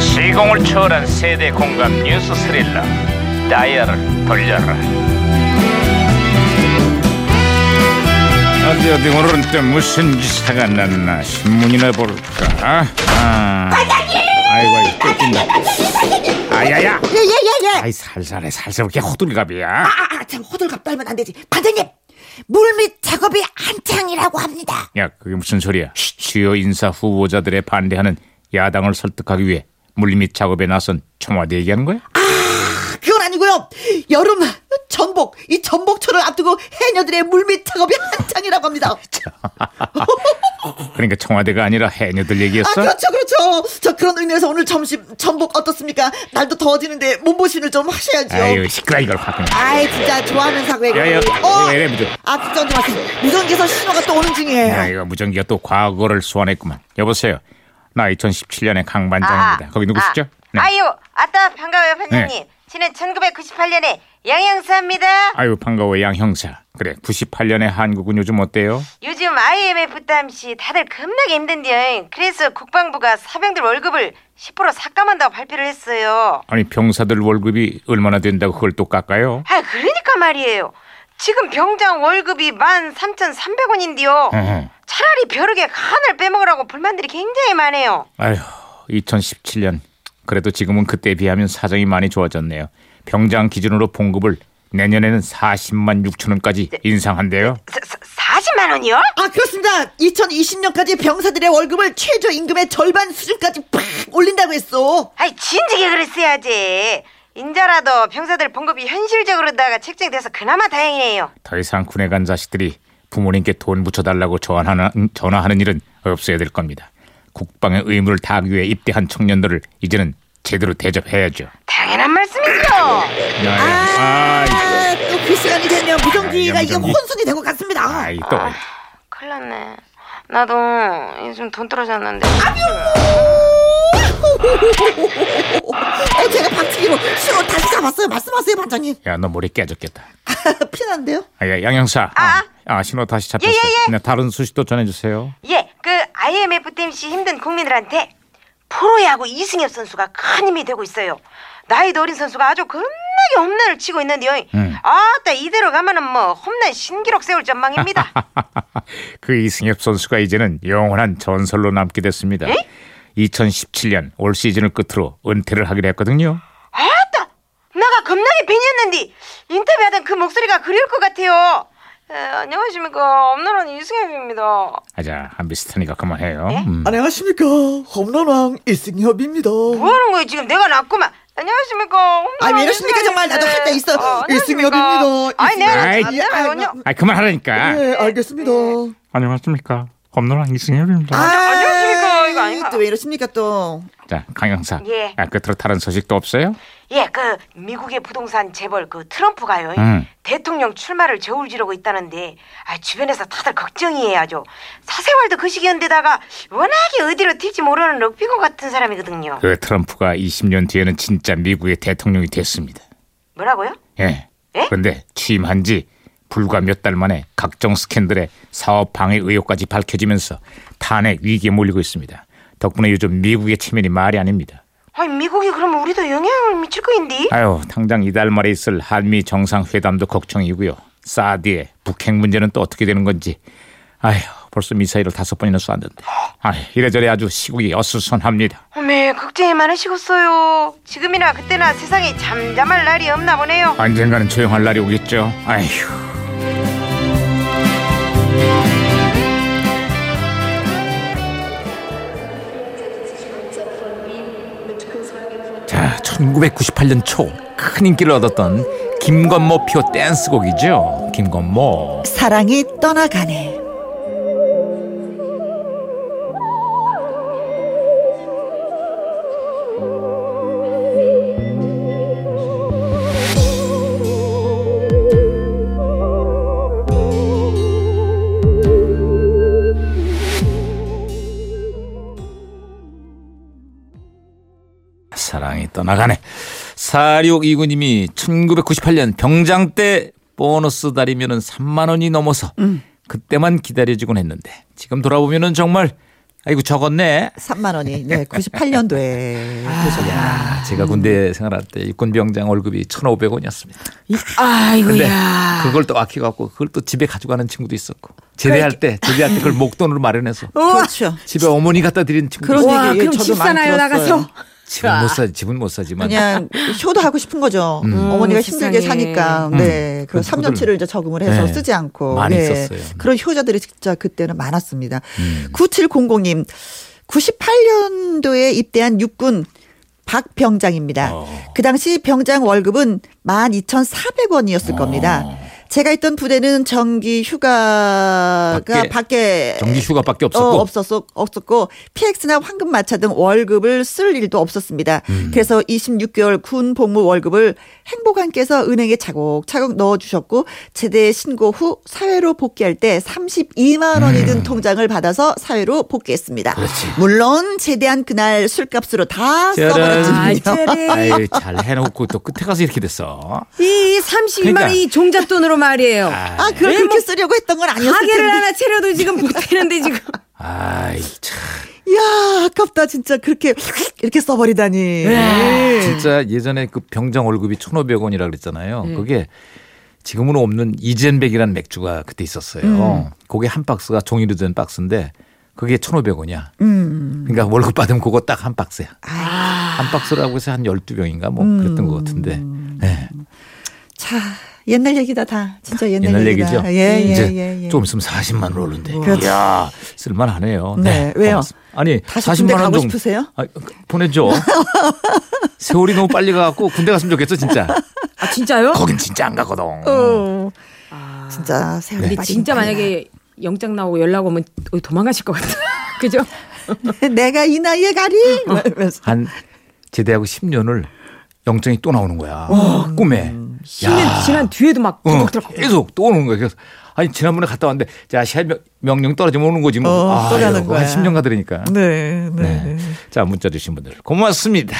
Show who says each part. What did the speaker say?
Speaker 1: 시공을 초월한 세대 공감 뉴스 스릴러 다이얼을 돌려라 어디 어디 오늘은 또 무슨 기사가 났나 신문이나 볼까 아. 아이고 아이고 뜯긴다 아야야
Speaker 2: 예예예예.
Speaker 1: 아이 살살해 살살 그렇게 호들갑이야
Speaker 2: 아, 아, 참 호들갑 떨면 안 되지. 반장님, 물밑 작업이 한창이라고 합니다.
Speaker 1: 야 그게 무슨 소리야 주요 인사 후보자들의 반대하는 야당을 설득하기 위해 물밑 작업에 나선 청와대 얘기하는 거야?
Speaker 2: 아, 그건 아니고요. 여름 전복 이 전복철을 앞두고 해녀들의 물밑 작업이 한창이라고 합니다.
Speaker 1: 그러니까 청와대가 아니라 해녀들
Speaker 2: 아
Speaker 1: 얘기였어?
Speaker 2: 그렇죠 그렇죠. 저 그런 의미에서 오늘 점심 전복 어떻습니까? 날도 더워지는데 몸보신을 좀 하셔야죠.
Speaker 1: 아유 시끄러 이걸 바꾸네
Speaker 2: 아이 진짜 좋아하는 사고 얘기.
Speaker 1: 야, 야,
Speaker 2: 어,
Speaker 1: 왜 이래, 무전.
Speaker 2: 아 진짜 언제 왔어? 무전기에서 신호가 또 오는 중이에요.
Speaker 1: 야, 이거 무전기가 또 과거를 소환했구만. 여보세요. 나 2017년의 강반장입니다. 거기 누구시죠? 네.
Speaker 3: 아, 유 아따 반가워요 반장님.
Speaker 1: 네.
Speaker 3: 저는 1998년에 양양사입니다.
Speaker 1: 아유 반가워 양 형사. 그래 98년의 한국은 요즘 어때요?
Speaker 3: 요즘 IMF 땀시 다들 겁나게 힘든데요. 그래서 국방부가 사병들 월급을 10% 삭감한다고 발표를 했어요.
Speaker 1: 아니 병사들 월급이 얼마나 된다고 그걸 또 깎아요?
Speaker 3: 아 그러니까 말이에요. 지금 병장 월급이 13,300원인데요.
Speaker 1: 어허.
Speaker 3: 차라리 벼룩에 간을 빼먹으라고 불만들이 굉장히 많아요.
Speaker 1: 아휴 2017년 그래도 지금은 그때에 비하면 사정이 많이 좋아졌네요. 병장 기준으로 봉급을 내년에는 40만 6천 원까지
Speaker 3: 네.
Speaker 1: 인상한대요.
Speaker 3: 사, 사, 40만 원이요?
Speaker 2: 아 그렇습니다. 2020년까지 병사들의 월급을 최저 임금의 절반 수준까지 팍 올린다고 했어.
Speaker 3: 아이 진지게 그랬어야지. 인자라도 병사들 봉급이 현실적으로다가 책정돼서 그나마 다행이네요.
Speaker 1: 더 이상 군에 간 자식들이 부모님께 돈 붙여달라고 전화하는, 전화하는 일은 없어야 될 겁니다. 국방의 의무를 다하기 위해 입대한 청년들을 이제는 제대로 대접해야죠.
Speaker 3: 당연한 말씀이죠.
Speaker 1: 아,
Speaker 2: 아 또 그 시간이 되면 무전기가
Speaker 1: 아,
Speaker 2: 이게
Speaker 1: 무전기.
Speaker 2: 혼순이 되고 같습니다.
Speaker 1: 아이 또
Speaker 3: 큰일 났네. 나도 요즘 돈 떨어졌는데.
Speaker 2: 어 제가 박치기로 신호 다시 잡았어요. 말씀하세요 반장님.
Speaker 1: 야 너 머리 깨졌겠다.
Speaker 2: 피난데요?
Speaker 1: 아, 야, 양 형사. 아. 아, 신호 다시 잡혔어요.
Speaker 3: 예, 예, 예.
Speaker 1: 네, 다른 수식도 전해주세요.
Speaker 3: 예, 그 IMF 땜시 힘든 국민들한테 프로야구 이승엽 선수가 큰 힘이 되고 있어요. 나이도 어린 선수가 아주 겁나게 홈런을 치고 있는데요. 아따 이대로 가면은 뭐 홈런 신기록 세울 전망입니다.
Speaker 1: 그 이승엽 선수가 이제는 영원한 전설로 남게 됐습니다.
Speaker 3: 예?
Speaker 1: 2017년 올 시즌을 끝으로 은퇴를 하기로 했거든요.
Speaker 3: 아따! 나가 겁나게 팬이었는데 인터뷰하던 그 목소리가 그리울 것 같아요. 에, 안녕하십니까 엄나란 이승엽입니다.
Speaker 1: 아자, 안 비슷하니까 그만해요.
Speaker 3: 예?
Speaker 1: 음.
Speaker 2: 안녕하십니까 홈런왕 이승엽입니다.
Speaker 3: 뭐하는 거예요 지금 내가 낫구만. 안녕하십니까 엄나란
Speaker 2: 아, 왜 이러십니까?
Speaker 3: 이승엽인데.
Speaker 2: 정말 나도 할때 있어.
Speaker 3: 안녕하십니까.
Speaker 2: 이승엽입니다. 뭐.
Speaker 3: 아니 내가
Speaker 1: 아이,
Speaker 3: 안 되나요?
Speaker 1: 아, 그만하라니까.
Speaker 2: 네 알겠습니다.
Speaker 4: 안녕하십니까. 홈런왕 이승엽입니다.
Speaker 3: 아! 안녕하십니까. 이거 아닌가?
Speaker 2: 또왜 이러십니까 또?
Speaker 1: 자, 강영사.
Speaker 3: 예.
Speaker 1: 아, 끝으로 다른 소식도 없어요?
Speaker 3: 예, 그 미국의 부동산 재벌 그 트럼프가요.
Speaker 1: 음.
Speaker 3: 대통령 출마를 저울지르고 있다는데 아, 주변에서 다들 걱정이에요 아주. 사생활도 그 시기였는데다가 워낙에 어디로 튈지 모르는 럭비공 같은 사람이거든요.
Speaker 1: 그 트럼프가 20년 뒤에는 진짜 미국의 대통령이 됐습니다.
Speaker 3: 뭐라고요?
Speaker 1: 예.
Speaker 3: 예?
Speaker 1: 그런데 취임한 지 불과 몇 달 만에 각종 스캔들에 사업 방해 의혹까지 밝혀지면서 탄핵 위기에 몰리고 있습니다. 덕분에 요즘 미국의 체면이 말이 아닙니다.
Speaker 3: 아니 미국이 그러면 우리도 영향을 미칠 거인데?
Speaker 1: 아유, 당장 이달 말에 있을 한미 정상회담도 걱정이고요. 사드의 북핵 문제는 또 어떻게 되는 건지. 아휴, 벌써 미사일을 다섯 번이나 쏘았는데. 아, 이래저래 아주 시국이 어수선합니다.
Speaker 3: 어메 걱정이 많으시겠어요. 지금이나 그때나 세상이 잠잠할 날이 없나 보네요.
Speaker 1: 언젠가는 조용할 날이 오겠죠. 아휴. 자, 1998년 초 큰 인기를 얻었던 김건모표 댄스곡이죠. 김건모.
Speaker 2: 사랑이 떠나가네.
Speaker 1: 사랑이 떠나가네. 4629님이 1998년 병장 때 보너스
Speaker 5: 음.
Speaker 1: 달이면은 3만 원이 넘어서 그때만 기다려지곤 했는데 지금 돌아보면은 정말 아이고 적었네.
Speaker 5: 3만 원이 네 98년도에
Speaker 1: 아. 야, 제가 군대 생활할 때 육군병장 월급이 1,500원이었습니다.
Speaker 6: 아이고
Speaker 1: 근데
Speaker 6: 야.
Speaker 1: 그걸 또 아껴갖고 그걸 또 집에 가져가는 친구도 있었고
Speaker 5: 그러니까.
Speaker 1: 제대할 때 제대할 때 그걸 목돈으로 마련해서
Speaker 5: 그렇죠.
Speaker 1: 집에 어머니 갖다 드린 친구도
Speaker 5: 그런
Speaker 1: 있었고
Speaker 5: 얘기
Speaker 6: 와 아, 그럼
Speaker 5: 예, 저도
Speaker 6: 집
Speaker 5: 많이
Speaker 6: 사나요
Speaker 5: 들었어요.
Speaker 6: 나가서?
Speaker 1: 집은 못 사, 집은 못 사지만
Speaker 5: 그냥 효도 하고 싶은 거죠. 어머니가 힘들게
Speaker 6: 세상에.
Speaker 5: 사니까 네.
Speaker 1: 그런
Speaker 5: 그런
Speaker 1: 친구들.
Speaker 5: 3년치를 이제 적응을 해서
Speaker 1: 네.
Speaker 5: 쓰지 않고
Speaker 1: 많이
Speaker 5: 네.
Speaker 1: 썼어요. 음.
Speaker 5: 그런 효자들이 진짜 그때는 많았습니다. 9700님 98년도에 입대한 육군 박병장입니다.
Speaker 1: 어.
Speaker 5: 그 당시 병장 월급은
Speaker 1: 어.
Speaker 5: 12,400원이었을 겁니다. 제가 있던 부대는 정기 휴가가
Speaker 1: 밖에
Speaker 5: 밖에,
Speaker 1: 정기 휴가밖에 없었고.
Speaker 5: 어, 없었어, 없었고 PX나 황금 마차 등 월급을 쓸 일도 없었습니다.
Speaker 1: 음.
Speaker 5: 그래서 26개월 군 복무 월급을 행보관께서 은행에 차곡차곡 넣어주셨고 제대 신고 후 사회로 복귀할 때 32만 원이
Speaker 1: 음.
Speaker 5: 든 통장을 받아서 사회로 복귀했습니다. 물론 제대한 그날 술값으로 다
Speaker 1: 짜란.
Speaker 6: 아,
Speaker 5: 써버렸습니다.
Speaker 6: 이제
Speaker 1: 아유 잘 해놓고 또 끝에 가서 이렇게 됐어.
Speaker 6: 이 32만
Speaker 1: 그러니까.
Speaker 6: 원 이 종잣돈으로 말이에요.
Speaker 5: 아, 그걸 그렇게 쓰려고 했던 건 아니었을 텐데.
Speaker 6: 가게를 하나 차려도 지금 못하는데 지금.
Speaker 1: 아이 참
Speaker 5: 이야, 아깝다. 진짜 그렇게 이렇게 써버리다니.
Speaker 1: 네.
Speaker 6: 네.
Speaker 1: 진짜 예전에 그 병장 월급이 1,500원이라 그랬잖아요.
Speaker 6: 네.
Speaker 1: 그게 지금은 없는 이젠백이라는 맥주가 그때 있었어요.
Speaker 6: 음.
Speaker 1: 그게 한 박스가 종이로 된 박스인데 그게 1,500원이야.
Speaker 6: 음.
Speaker 1: 그러니까 월급 받으면 그거 딱 한 박스야.
Speaker 6: 아.
Speaker 1: 한 박스라고 해서 한 12병인가 뭐 그랬던 것 같은데.
Speaker 6: 음.
Speaker 1: 예.
Speaker 5: 자, 옛날 얘기다 다. 진짜 옛날,
Speaker 1: 옛날
Speaker 5: 얘기다.
Speaker 1: 얘기죠.
Speaker 5: 예, 예,
Speaker 1: 이제
Speaker 5: 예, 예.
Speaker 1: 조금 있으면 40만 원 오른데.
Speaker 5: 그렇죠.
Speaker 1: 이야, 쓸만하네요.
Speaker 5: 네, 왜요?
Speaker 1: 고맙습니다. 아니,
Speaker 5: 다시 군대
Speaker 1: 40만 원
Speaker 5: 가고
Speaker 1: 정도
Speaker 5: 싶으세요?
Speaker 1: 아, 보내줘. 세월이 너무 빨리 가갖고 군대 갔으면 좋겠어, 진짜.
Speaker 6: 아 진짜요?
Speaker 1: 거긴 진짜 안 가거든.
Speaker 5: 어. 진짜 세월이
Speaker 6: 근데
Speaker 5: 빠르니까.
Speaker 6: 아. 진짜 만약에 영장 나오고 연락 오면 어디 도망가실 것 같아요. 그죠?
Speaker 5: 내가 이 나이에 가리
Speaker 6: 어.
Speaker 5: 이러면서.
Speaker 1: 한 제대하고 10년을 영장이 또 나오는 거야.
Speaker 5: 어.
Speaker 1: 꿈에.
Speaker 6: 10년 지난 뒤에도 막
Speaker 1: 어,
Speaker 6: 들컥들컥.
Speaker 1: 계속 또 오는 거야. 그래서 아니 지난번에 갔다 왔는데 자 시한 명- 명령 떨어지면 오는 거지 뭐.
Speaker 5: 어, 또 가는
Speaker 1: 이러고 한
Speaker 5: 거야.
Speaker 1: 10년 가더니까.
Speaker 5: 네, 네.
Speaker 1: 네. 자 문자 주신 분들 고맙습니다.